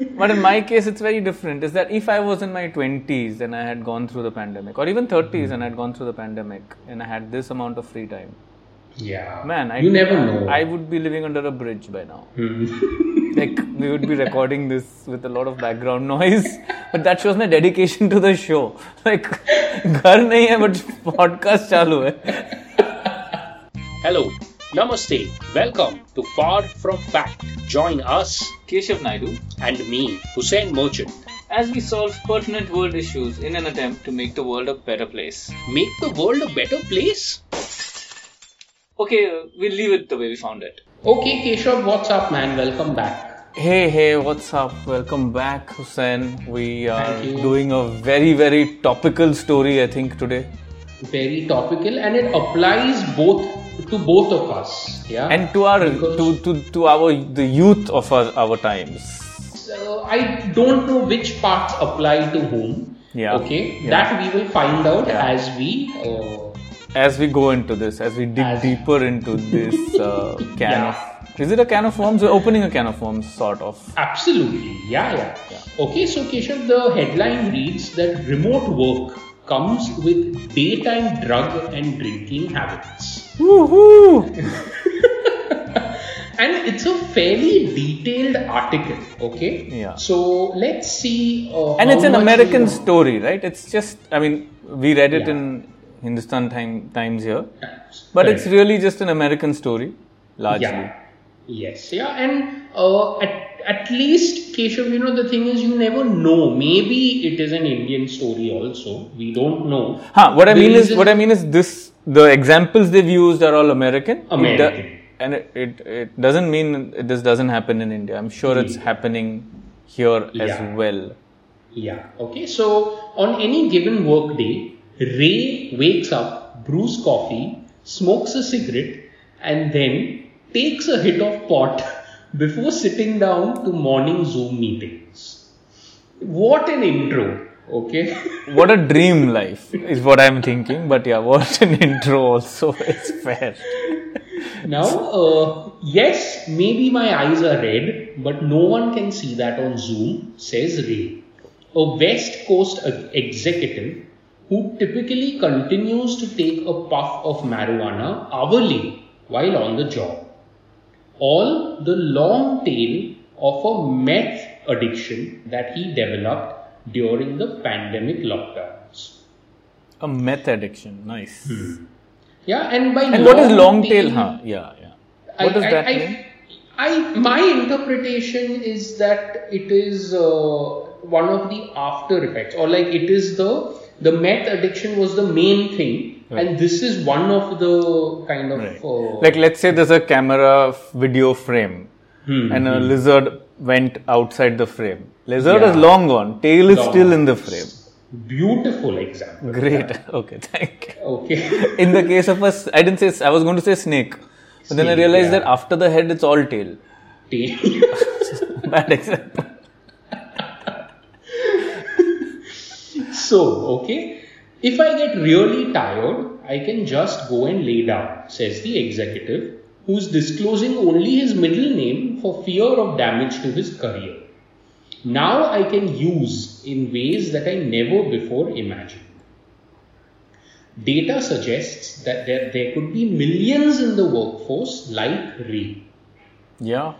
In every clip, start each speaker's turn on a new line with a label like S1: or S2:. S1: but in my case, it's very different. Is that if I was in my 20s and I had gone through the pandemic, or even 30s and I had gone through the pandemic, and I had this amount of free time,
S2: Yeah.
S1: man, I,
S2: you never know.
S1: I would be living under a bridge by now.
S2: Hmm.
S1: Like, we would be recording this with a lot of background noise. But that shows my dedication to the show. Like, घर नहीं है, but podcast चालू है.
S2: Hello. Namaste. Welcome to Far From Fact. Join us
S1: Keshav Naidu,
S2: and me, Hussein Merchant.
S1: as we solve pertinent world issues in an attempt to make the world a better place.
S2: Make the world a better place?
S1: Okay, we'll leave it the way we found it.
S2: Okay, Keshav, what's up, man? Welcome back.
S1: Hey, hey, what's up? Welcome back, Hussein. We are
S2: Thank you.
S1: doing a very, very topical story, I think, today.
S2: Very topical and it applies both to both of us. Yeah.
S1: And to our
S2: Because-
S1: to, to, to our the youth of our, our times.
S2: So I don't know which parts apply to whom.
S1: Yeah.
S2: Okay.
S1: Yeah.
S2: That we will find out
S1: Yeah.
S2: as we. Uh,
S1: As we go into this, as we dig
S2: As-
S1: deeper into this uh, can
S2: Yeah.
S1: of is it a can of worms? We're opening a can of worms, sort of.
S2: absolutely. Yeah, yeah. Okay. So Keshav, the headline reads that remote work comes with daytime drug and drinking habits.
S1: Woohoo!
S2: And it's a fairly detailed article, okay?
S1: Yeah.
S2: So let's see. Uh,
S1: And
S2: how
S1: it's an
S2: much we
S1: American
S2: know.
S1: story, right? It's just I mean we read it
S2: Yeah.
S1: in Hindustan time, Times here, but it's
S2: Correct.
S1: really just an American story, largely.
S2: Yeah. Yes. Yeah. And uh, at, at least, Keshav, you know, the thing is, you never know. Maybe it is an Indian story also. We don't know.
S1: Huh, what I
S2: The
S1: mean is,
S2: reason-
S1: what I mean is this: the examples they've used are all American. It do-
S2: American.
S1: and it, it it doesn't mean it- this doesn't happen in India. I'm sure it's happening here
S2: Yeah.
S1: as well.
S2: Yeah. Okay. So, on any given workday, Ray wakes up, brews coffee, smokes a cigarette, and then takes a hit of pot before sitting down to morning Zoom meetings. What an intro. Okay.
S1: What a dream life is what I'm thinking. But yeah, what an intro also is fair.
S2: Now, uh, yes, maybe my eyes are red, but no one can see that on Zoom, says Ray, a West Coast e- executive who typically continues to take a puff of marijuana hourly while on the job. All the long tail of a meth addiction that he developed during the pandemic lockdowns.
S1: A meth addiction, nice.
S2: Hmm. Yeah, and by
S1: And what is long tail?
S2: tail-
S1: Huh? Yeah, yeah. What does that
S2: I,
S1: mean?
S2: I, my interpretation is that it is uh, one of the after effects, or like it is the the meth addiction was the main thing,
S1: Right.
S2: and this is one of the kind of
S1: Right.
S2: uh,
S1: Like, let's say there's a camera f- video frame,
S2: Mm-hmm. hmm,
S1: and a lizard went outside the frame. Lizard is
S2: Yeah.
S1: long gone, tail is
S2: Long
S1: still
S2: gone.
S1: in the frame.
S2: beautiful example.
S1: Great. Okay, thank
S2: Okay.
S1: you. In the case of us, I didn't say. s- I was going to say snake, but then I
S2: Snake,
S1: realized
S2: yeah.
S1: that after the head, it's all tail.
S2: Tail.
S1: Bad example.
S2: so okay, if I get really tired, I can just go and lay down, says the executive, who's disclosing only his middle name for fear of damage to his career. Now I can use in ways that I never before imagined. Data suggests that there, there could be millions in the workforce like Ray.
S1: Yeah.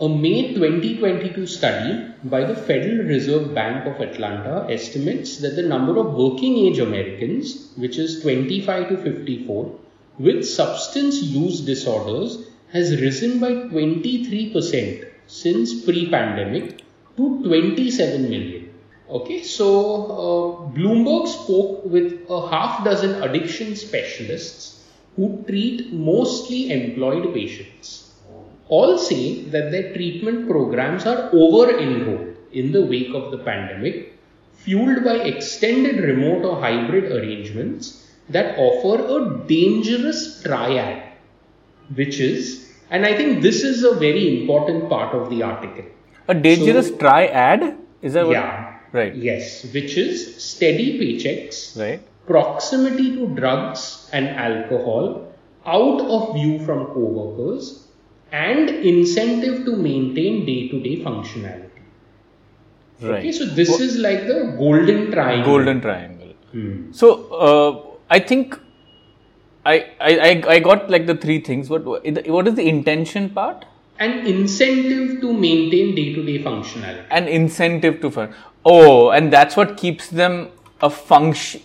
S2: A May 2022 study by the Federal Reserve Bank of Atlanta estimates that the number of working age Americans, which is 25 to 54, with substance use disorders has risen by 23% since pre pandemic to 27 million. Okay, so uh, Bloomberg spoke with a half dozen addiction specialists who treat mostly employed patients. All say that their treatment programs are over enrolled in the wake of the pandemic, fueled by extended remote or hybrid arrangements that offer a dangerous triad, which is, and I think this is a very important part of the article.
S1: A dangerous
S2: So-
S1: triad. Is that what?
S2: Yeah.
S1: Right.
S2: Yes, which is steady paychecks,
S1: Right.
S2: proximity to drugs and alcohol, out of view from coworkers, and incentive to maintain day to day functionality. Okay,
S1: Right.
S2: so this is like the golden triangle.
S1: Golden Triangle.
S2: Hmm.
S1: So uh, I think I, I I I got like the three things. But what is the intention part?
S2: An incentive to maintain day-to-day functionality.
S1: An incentive to fun. Oh, and that's what keeps them a function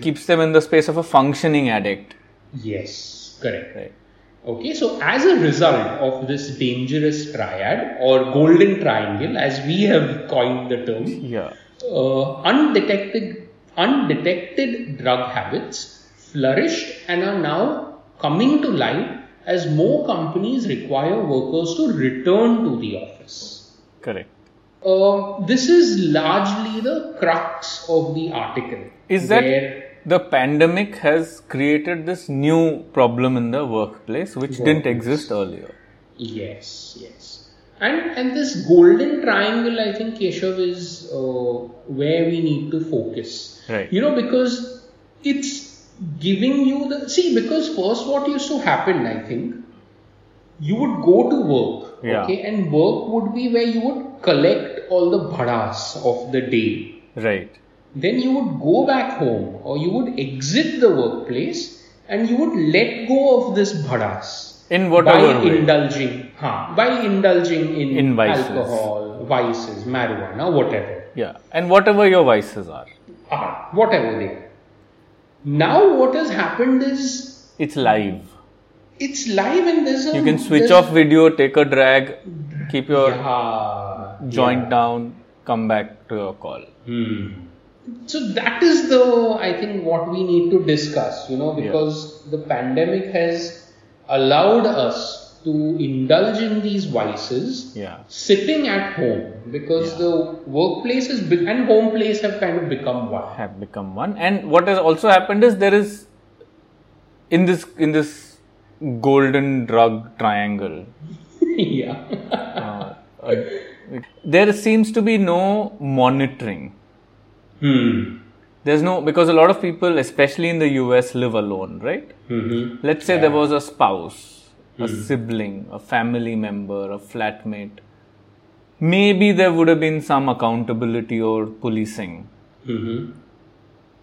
S1: keeps them in the space of a functioning addict.
S2: Yes, correct.
S1: Right.
S2: Okay, so as a result of this dangerous triad or golden triangle, as we have coined the term,
S1: Yeah.
S2: uh, undetected undetected drug habits flourished and are now coming to light as more companies require workers to return to the office.
S1: Correct.
S2: Uh, this is largely the crux of the article.
S1: Is that-
S2: where-
S1: The pandemic has created this new problem in the workplace which didn't
S2: Workplace.
S1: exist earlier.
S2: Yes, yes. And and this golden triangle, I think Keshav is uh, where we need to focus.
S1: Right.
S2: You know because it's giving you the see because first what used to happen, I think, you would go to work,
S1: Yeah.
S2: okay, and work would be where you would collect all the bhadas of the day
S1: Right.
S2: then you would go back home or you would exit the workplace and you would let go of this bhadas
S1: In whatever
S2: by
S1: way.
S2: indulging huh, by indulging in,
S1: In vices.
S2: alcohol vices marijuana whatever
S1: Yeah. And whatever your vices are,
S2: ah, whatever they are now what has happened is
S1: it's live.
S2: it's live and there's a
S1: You can switch
S2: there's-
S1: off video, take a drag, keep your
S2: Um, yeah,
S1: joint
S2: yeah.
S1: down, come back to your call.
S2: Hmm. So that is the I think what we need to discuss, you know, because the pandemic has allowed us to indulge in these vices
S1: Yeah.
S2: sitting at home because
S1: Yeah.
S2: the workplace is be- and home place have kind of become one.
S1: Have become one. And what has also happened is there is in this in this golden drug triangle
S2: yeah.
S1: uh, uh, there seems to be no monitoring.
S2: Hmm.
S1: There's no because a lot of people, especially in the US, live alone, right?
S2: Mm-hmm.
S1: Let's say there was a spouse, a sibling, a family member, a flatmate. Maybe there would have been some accountability or policing.
S2: Mm-hmm.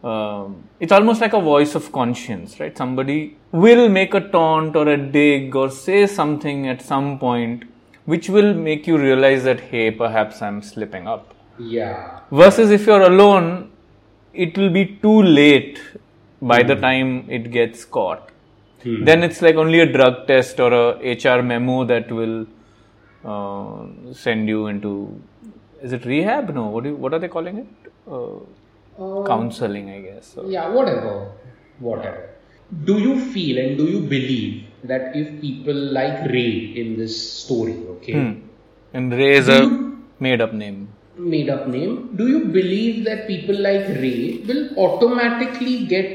S1: Um, it's almost like a voice of conscience, right? Somebody will make a taunt or a dig or say something at some point which will make you realize that, hey, perhaps I'm slipping up.
S2: Yeah.
S1: Versus if you're alone, it will be too late by the time it gets caught. Then it's like only a drug test or a HR memo that will uh, send you into. Is it rehab? No. What do you, What are they calling it? Uh,
S2: Uh,
S1: counseling, I guess. So,
S2: Yeah, whatever. Whatever. Do you feel and do you believe that if people like Ray in this story, okay,
S1: Hmm. and Ray is a made-up name.
S2: made up name, do you believe that people like Ray will automatically get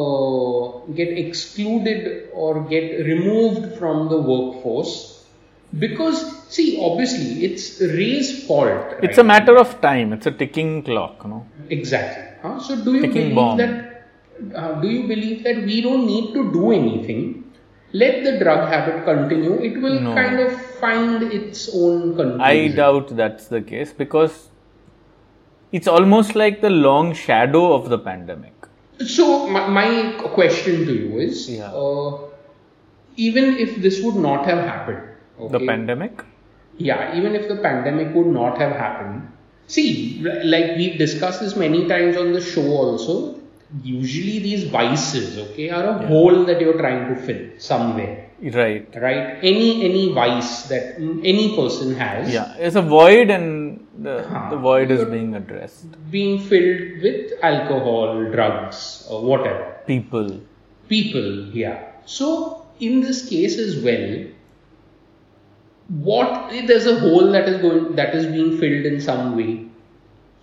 S2: uh, get excluded or get removed from the workforce? Because see, obviously, it's Ray's fault.
S1: It's
S2: right?
S1: a matter of time. It's a ticking clock. No.
S2: Exactly. Huh? So do you
S1: Ticking
S2: believe
S1: bomb.
S2: that? Uh, do you believe that we don't need to do anything? Let the drug habit continue. It will
S1: No.
S2: kind of find its own conclusion.
S1: I doubt that's the case because it's almost like the long shadow of the pandemic.
S2: So my, my question to you is,
S1: Yeah.
S2: uh, even if this would not have happened,
S1: The
S2: okay,
S1: pandemic.
S2: yeah, even if the pandemic would not have happened, see, li- like we've discussed this many times on the show also, usually these vices, okay, are a hole that you're trying to fill somewhere,
S1: Right.
S2: right? Any any vice that mm, any person has
S1: Yeah. It's a void, and the,
S2: Huh.
S1: the void is being addressed.
S2: being filled with alcohol, drugs, or whatever.
S1: People.
S2: people yeah so in this case as well what there's a hole that is going that is being filled in some way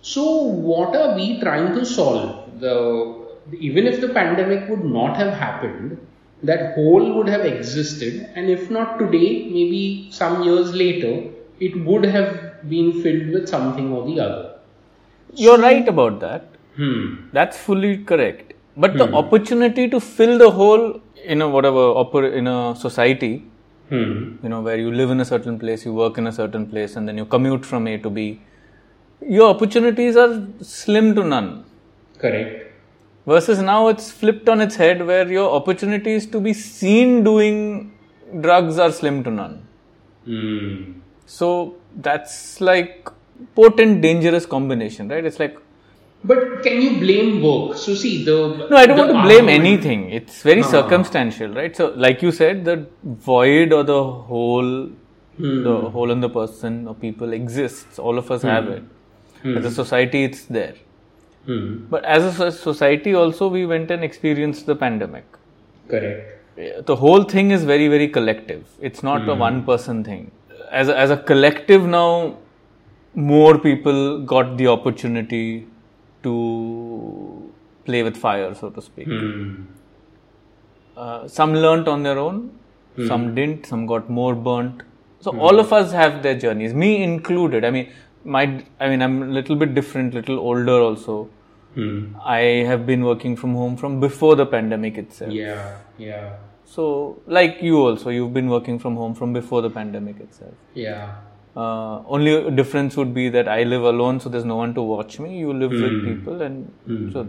S2: so what are we trying to solve the even if the pandemic would not have happened that hole would have existed and if not today maybe some years later it would have been filled with something or the other
S1: You're right about that.
S2: hmm
S1: That's fully correct. But the opportunity to fill the hole in a whatever oper- in a society,
S2: hmm
S1: you know, where you live in a certain place, you work in a certain place, and then you commute from A to B, your opportunities are slim to none.
S2: Correct.
S1: Versus now it's flipped on its head where your opportunities to be seen doing drugs are slim to none.
S2: Hmm.
S1: So that's like potent dangerous combination, right? It's like
S2: But can you blame work? So see the
S1: no, I don't
S2: the
S1: want to blame
S2: argument-
S1: anything. It's very circumstantial, right? So like you said, the void or the hole
S2: Hmm,
S1: the hole in the person or people exists. All of us have it. As a society it's there.
S2: Hmm.
S1: But as a so- society, also, we went and experienced the pandemic.
S2: Correct.
S1: The whole thing is very, very collective. It's not a one person thing. As a, as a collective, now more people got the opportunity to play with fire, so to speak.
S2: Hmm.
S1: Uh, some learnt on their own, some didn't, some got more burnt. So all of us have their journeys, me included. I mean, my, I mean, I'm a little bit different, little older also.
S2: Hmm.
S1: I have been working from home from before the pandemic itself.
S2: Yeah. Yeah.
S1: So, like you also, you've been working from home from before the pandemic itself.
S2: Yeah.
S1: Uh, only difference would be that I live alone, so there's no one to watch me. You live with people, and so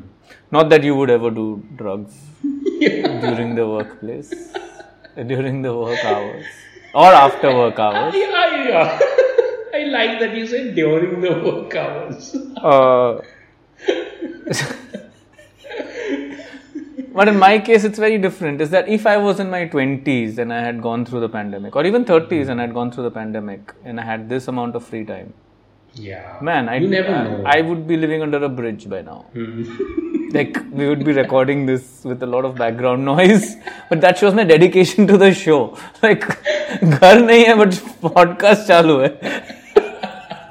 S1: not that you would ever do drugs during the workplace, during the work hours, or after work hours.
S2: Yeah. yeah. I like that you said during the work hours.
S1: Uh, but in my case, it's very different. Is that if I was in my 20s and I had gone through the pandemic, or even 30s and I had gone through the pandemic and I had this amount of free time,
S2: Yeah.
S1: man, I,
S2: You never
S1: I,
S2: know. Hmm.
S1: I would be living under a bridge by now. like, we would be recording this with a lot of background noise, but that shows my dedication to the show. Like, घर नहीं है but podcast चालू है.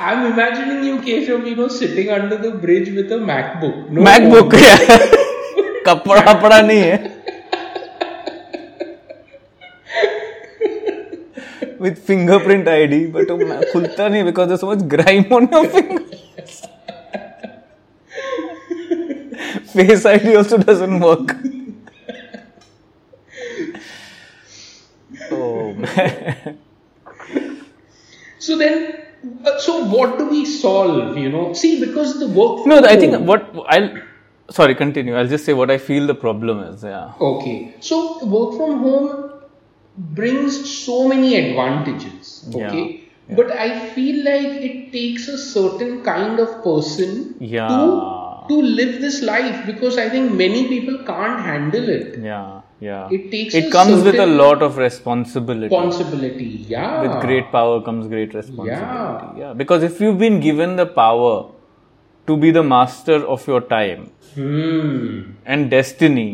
S2: I'm imagining you, Keshav, you know, sitting under the bridge with a MacBook. No
S1: MacBook कपड़ा कपड़ा नहीं है with fingerprint id but वो मै- खुलता नहीं because there's so much grime on your fingers face id also doesn't work oh man
S2: So then, uh, so what do we solve? You know, see, because the work.
S1: no
S2: from
S1: i think
S2: home-
S1: what i'll sorry continue i'll just say what i feel the problem is yeah
S2: Okay, so work from home brings so many advantages. Okay, but I feel like it takes a certain kind of person
S1: Yeah.
S2: to to live this life because I think many people can't handle it.
S1: Yeah, yeah.
S2: It takes
S1: It
S2: a
S1: comes with a
S2: certain-
S1: lot of responsibility.
S2: Responsibility, yeah.
S1: with great power comes great responsibility.
S2: Yeah.
S1: Yeah. Because if you've been given the power to be the master of your time
S2: Hmm.
S1: and destiny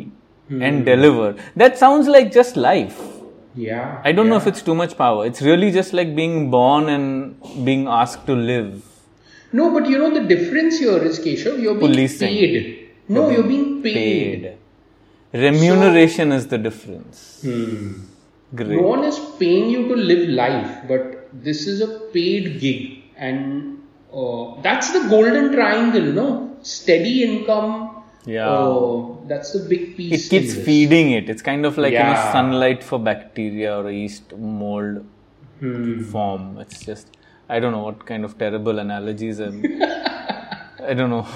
S1: and deliver, that sounds like just life.
S2: Yeah.
S1: I don't know if it's too much power. It's really just like being born and being asked to live.
S2: No, but you know the difference here is Keshav, you're being
S1: Policing.
S2: paid. No, you're being paid.
S1: Paid. Remuneration is the difference.
S2: Hmm.
S1: Great.
S2: No one is paying you to live life, but this is a paid gig, and uh, that's the golden triangle, no? Steady income.
S1: Yeah.
S2: Uh, that's the big
S1: it
S2: piece.
S1: keeps
S2: in this.
S1: feeding it. It's kind of like you know,
S2: Yeah.
S1: sunlight for bacteria or yeast mold
S2: Hmm.
S1: form. It's just I don't know what kind of terrible analogies I'm. I don't know.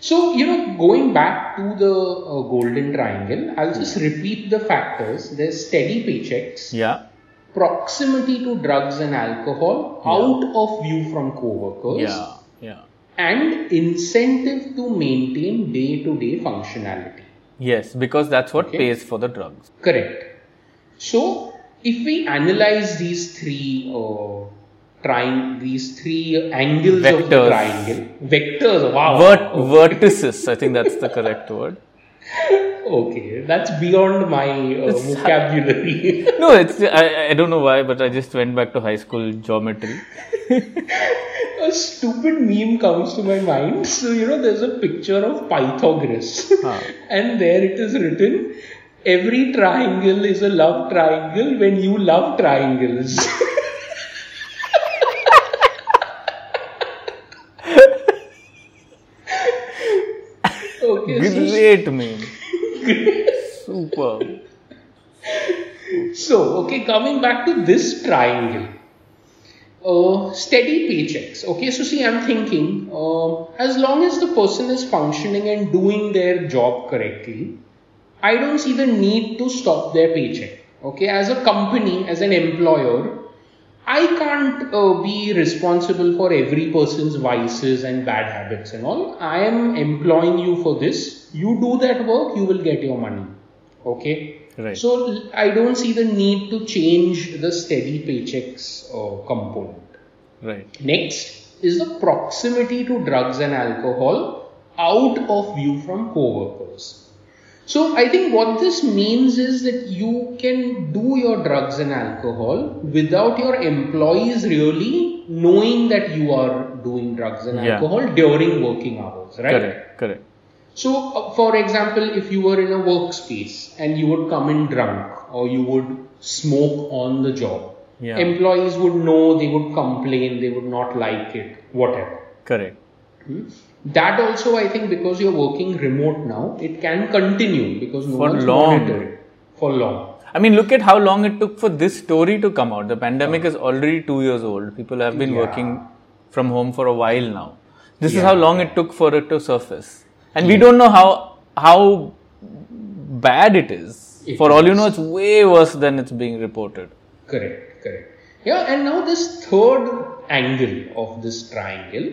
S2: So you know, going back to the uh, golden triangle, I'll just repeat the factors. There's steady paychecks,
S1: yeah,
S2: proximity to drugs and alcohol, out of view from coworkers,
S1: yeah, yeah.
S2: and incentive to maintain day-to-day functionality.
S1: Yes, because that's what
S2: Okay.
S1: pays for the drugs.
S2: Correct. So, if we analyze these three uh, triangle, these three angles of the
S1: Vectors.
S2: triangle, vectors. Wow.
S1: Vert- vertices, I think that's the correct word.
S2: okay, that's beyond my uh, vocabulary.
S1: No, it's I, I don't know why, but I just went back to high school geometry.
S2: a stupid meme comes to my mind. So you know, there's a picture of Pythagoras,
S1: Huh.
S2: and there it is written. Every triangle is a love triangle when you love triangles. okay, so
S1: Great man, super.
S2: So, okay, coming back to this triangle. Uh, steady paychecks. Okay, so see, I'm thinking um, as long as the person is functioning and doing their job correctly, I don't see the need to stop their paycheck. Okay, as a company, as an employer, I can't uh, be responsible for every person's vices and bad habits and all. I am employing you for this. You do that work, you will get your money. Okay.
S1: Right.
S2: So l- I don't see the need to change the steady paychecks uh, component.
S1: Right.
S2: Next is the proximity to drugs and alcohol out of view from coworkers. So I think what this means is that you can do your drugs and alcohol without your employees really knowing that you are doing drugs and
S1: Yeah.
S2: alcohol during working hours, right?
S1: Correct. Correct.
S2: So, uh, for example, if you were in a workspace and you would come in drunk or you would smoke on the job,
S1: Yeah.
S2: employees would know, they would complain, they would not like it, whatever.
S1: Correct.
S2: Hmm? That also, I think, because you're working remote now, it can continue because no
S1: For
S2: one's
S1: long.
S2: monitoring for long.
S1: I mean, look at how long it took for this story to come out. The pandemic is already two years old. People have been
S2: Yeah.
S1: working from home for a while now. This is
S2: Yeah.
S1: how long it took for it to surface, and we don't know how how bad it is.
S2: It
S1: for all you
S2: is.
S1: know, it's way worse than it's being reported.
S2: Correct, correct. Yeah, and now this third angle of this triangle,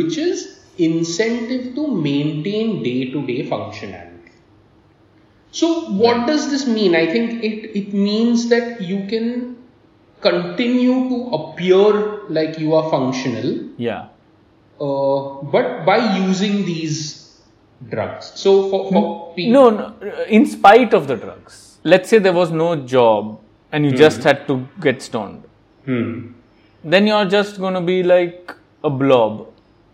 S2: which is incentive to maintain day to day functionality. So, what does this mean? I think it, it means that you can continue to appear like you are functional,
S1: Yeah.
S2: uh, but by using these drugs. So, for, for
S1: Hmm. No,
S2: people.
S1: no, in spite of the drugs. Let's say there was no job and you just had to get stoned.
S2: Hmm.
S1: Then you're just going to be like a blob.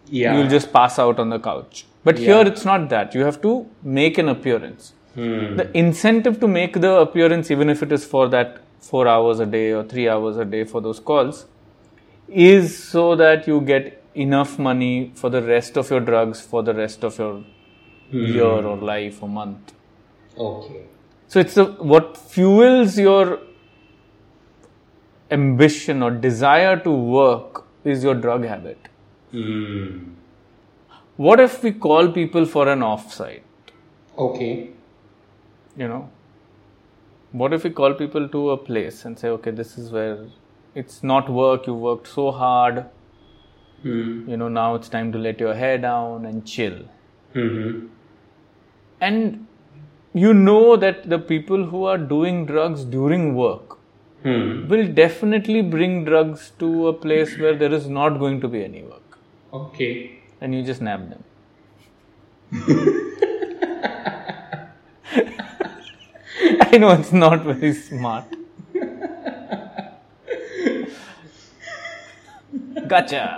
S2: Yeah.
S1: You'll just pass out on the couch. But
S2: Yeah.
S1: here it's not that. You have to make an appearance.
S2: Hmm.
S1: The incentive to make the appearance, even if it is for that four hours a day or three hours a day for those calls, is so that you get enough money for the rest of your drugs for the rest of your
S2: Hmm.
S1: year or life or month.
S2: Okay.
S1: So it's the what fuels your ambition or desire to work is your drug habit.
S2: Hmm.
S1: What if we call people for an offsite?
S2: Okay.
S1: You know, what if we call people to a place and say, okay, this is where it's not work. You worked so hard.
S2: Hmm.
S1: You know, now it's time to let your hair down and chill.
S2: hmm
S1: And you know that the people who are doing drugs during work
S2: Hmm.
S1: will definitely bring drugs to a place where there is not going to be any work
S2: Okay.
S1: and you just nab them i know it's not very smart gotcha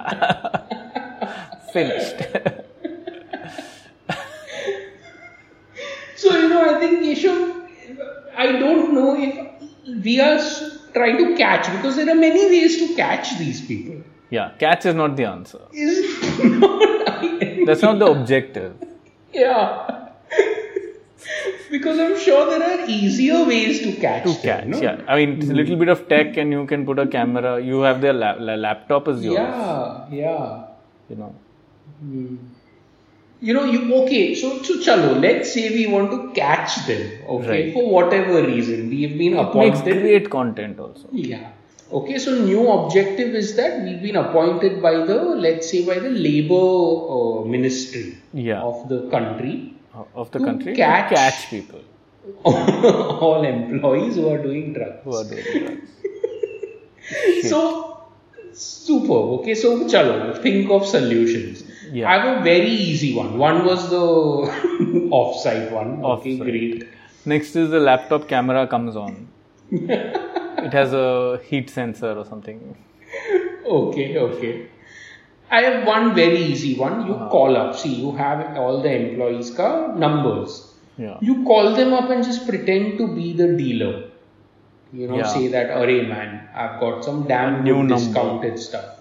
S1: finished
S2: So you know, I think Keshav, I don't know if we are s- trying to catch because there are many ways to catch these people.
S1: yeah catch is not the answer
S2: Is it not?
S1: that's not the objective
S2: yeah. because I'm sure there are easier ways to catch
S1: to
S2: them.
S1: catch
S2: no?
S1: yeah i mean it's a little bit of tech and you can put a camera you have their lap- la- laptop is yours
S2: Yeah. Yeah.
S1: you know
S2: You know, you okay? So, so chalo. Let's say we want to catch them, okay,
S1: Right.
S2: for whatever reason. We've been
S1: makes
S2: appointed.
S1: great content also
S2: Yeah. Okay, so new objective is that we've been appointed by the, let's say, by the labor uh, ministry
S1: Yeah.
S2: of the country.
S1: Uh, of the
S2: To
S1: country
S2: catch-
S1: to catch people
S2: All employees who are doing drugs.
S1: who are doing drugs.
S2: So, super. Okay, so chalo, think of solutions.
S1: Yeah.
S2: I have a very easy one. One was the offsite one. Okay,
S1: Offsite.
S2: great.
S1: Next is the laptop camera comes on. it has a heat sensor or something.
S2: Okay, okay. I have one very easy one. You
S1: Uh-huh.
S2: call up. See, you have all the employees' ka numbers.
S1: Yeah.
S2: you call them up and just pretend to be the dealer. You know,
S1: Yeah.
S2: say that, "Array man, I've got some damn
S1: New
S2: good
S1: number.
S2: discounted stuff."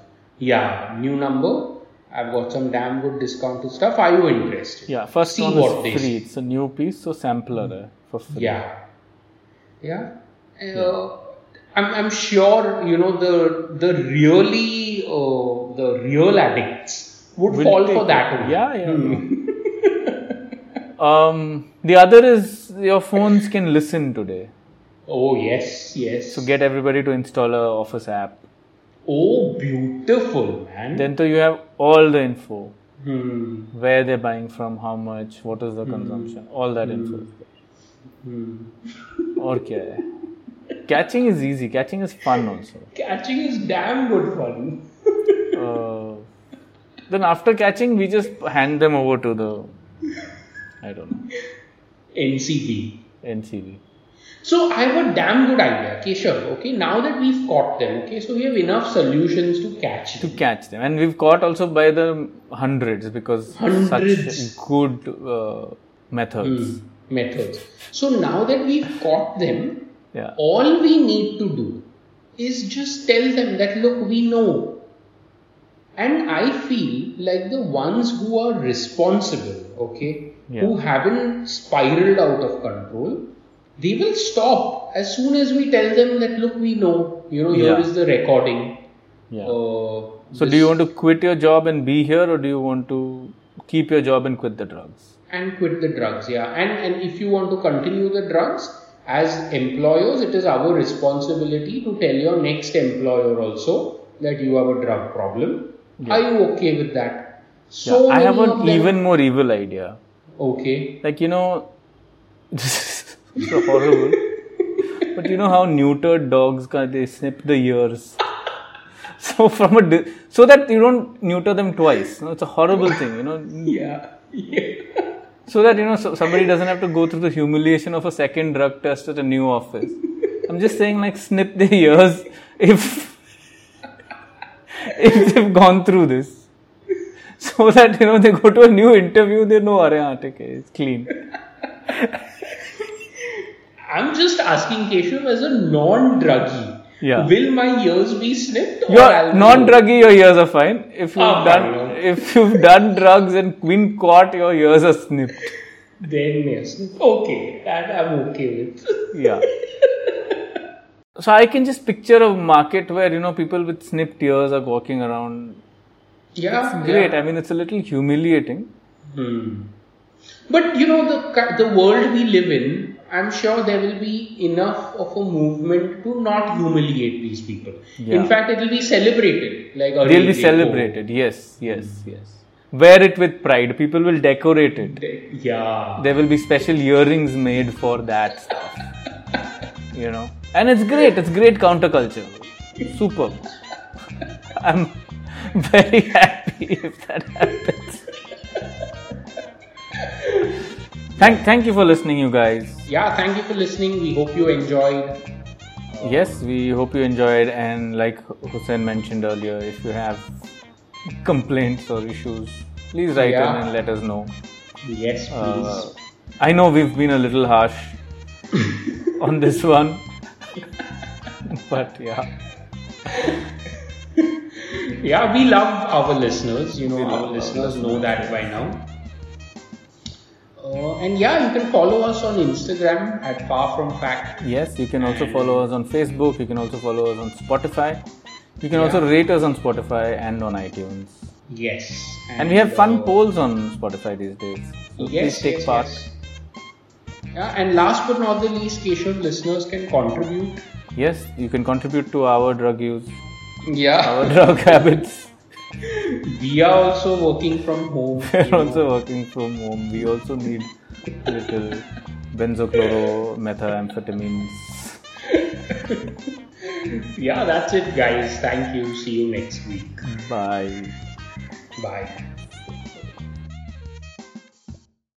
S2: Yeah, new number. I've got some damn good discounted stuff. Are you interested?
S1: Yeah. First
S2: See
S1: one
S2: what they
S1: uh, is free. It's a new piece, so sampler eh, for free.
S2: Yeah, yeah. Uh, I'm, I'm sure you know the the really uh, the real addicts would
S1: Will
S2: fall
S1: take
S2: for that
S1: it.
S2: only.
S1: Yeah, yeah. Um, the other is your phones can listen today.
S2: Oh yes, yes.
S1: So get everybody to install a Office app.
S2: oh beautiful man.
S1: Then so you have all the info,
S2: Hmm.
S1: where they're buying from, how much, what is the consumption, all that info. is there.
S2: Hmm.
S1: Or kya hai? Catching is easy. Catching is fun also.
S2: Catching is damn good fun.
S1: Uh, then after catching, we just hand them over to the, I don't know,
S2: NCB.
S1: NCV.
S2: So I have a damn good idea, Keshav. Okay, now that we've caught them, okay, so we have enough solutions to catch
S1: to
S2: them.
S1: catch them and we've caught also by the hundreds because
S2: Hundreds.
S1: such good uh, methods
S2: Hmm, methods. So now that we've caught them,
S1: yeah
S2: all we need to do is just tell them that look, we know. And I feel like the ones who are responsible, okay,
S1: Yeah.
S2: who haven't spiraled out of control, they will stop as soon as we tell them that look, we know, you know, here
S1: Yeah.
S2: is the recording.
S1: yeah
S2: Uh,
S1: so do you want to quit your job and be here or do you want to keep your job and quit the drugs
S2: and quit the drugs yeah and and if you want to continue the drugs as employers it is our responsibility to tell your next employer also that you have a drug problem are you okay with that
S1: yeah.
S2: so
S1: i have
S2: many
S1: an
S2: of them-
S1: even more evil idea
S2: okay
S1: like you know this is so horrible but you know how neutered dogs ca- they snip the ears so from a di- so that you don't neuter them twice no, it's a horrible thing you know
S2: yeah yeah
S1: so that you know so somebody doesn't have to go through the humiliation of a second drug test at a new office i'm just saying like snip their ears if if they've gone through this so that you know they go to a new interview they know are okay it's clean
S2: i'm just asking keshav as a non-druggie
S1: Yeah.
S2: will my ears be snipped or I'll
S1: your
S2: be
S1: non-druggy your ears are fine if you've
S2: Ah,
S1: done
S2: fine, yeah.
S1: if you've done drugs and been caught your ears are snipped
S2: then yes okay that i'm okay with
S1: yeah so i can just picture a market where you know people with snipped ears are walking around
S2: yeah
S1: It's
S2: yeah.
S1: great. I mean, it's a little humiliating.
S2: Hmm. But you know the cu- the world we live in. I'm sure there will be enough of a movement to not humiliate these people.
S1: Yeah.
S2: In fact, it will be celebrated. Like a
S1: They'll be
S2: radio.
S1: celebrated. Yes, yes, yes. Wear it with pride. People will decorate it.
S2: They- Yeah.
S1: There will be special earrings made for that stuff. You know, and it's great. It's great counterculture. Superb. I'm very happy if that happens. Thank, thank you for listening, you guys.
S2: Yeah. Thank you for listening. We hope you enjoyed.
S1: Yes, we hope you enjoyed. And like Hussein mentioned earlier, if you have complaints or issues, please write
S2: Yeah.
S1: in and let us know.
S2: Yes, please.
S1: Uh, I know we've been a little harsh on this one, but yeah,
S2: yeah, we love our listeners. You know, our listeners know that by now. Uh, and yeah, you can follow us on Instagram at Far From Fact.
S1: yes, you can also follow us on Facebook. You can also follow us on Spotify. You can also rate us on Spotify and on iTunes.
S2: Yes.
S1: And we have fun
S2: uh,
S1: polls on Spotify these days. So please take part.
S2: yes. Yeah, and last but not the least, Keshav listeners can contribute.
S1: Yes, you can contribute to our drug use,
S2: Yeah,
S1: our drug habits.
S2: we are also working from home. you
S1: We're
S2: know.
S1: also working from home. We also need little benzochloromethamphetamines.
S2: Yeah, that's it, guys. Thank you. See you next week.
S1: Bye.
S2: Bye.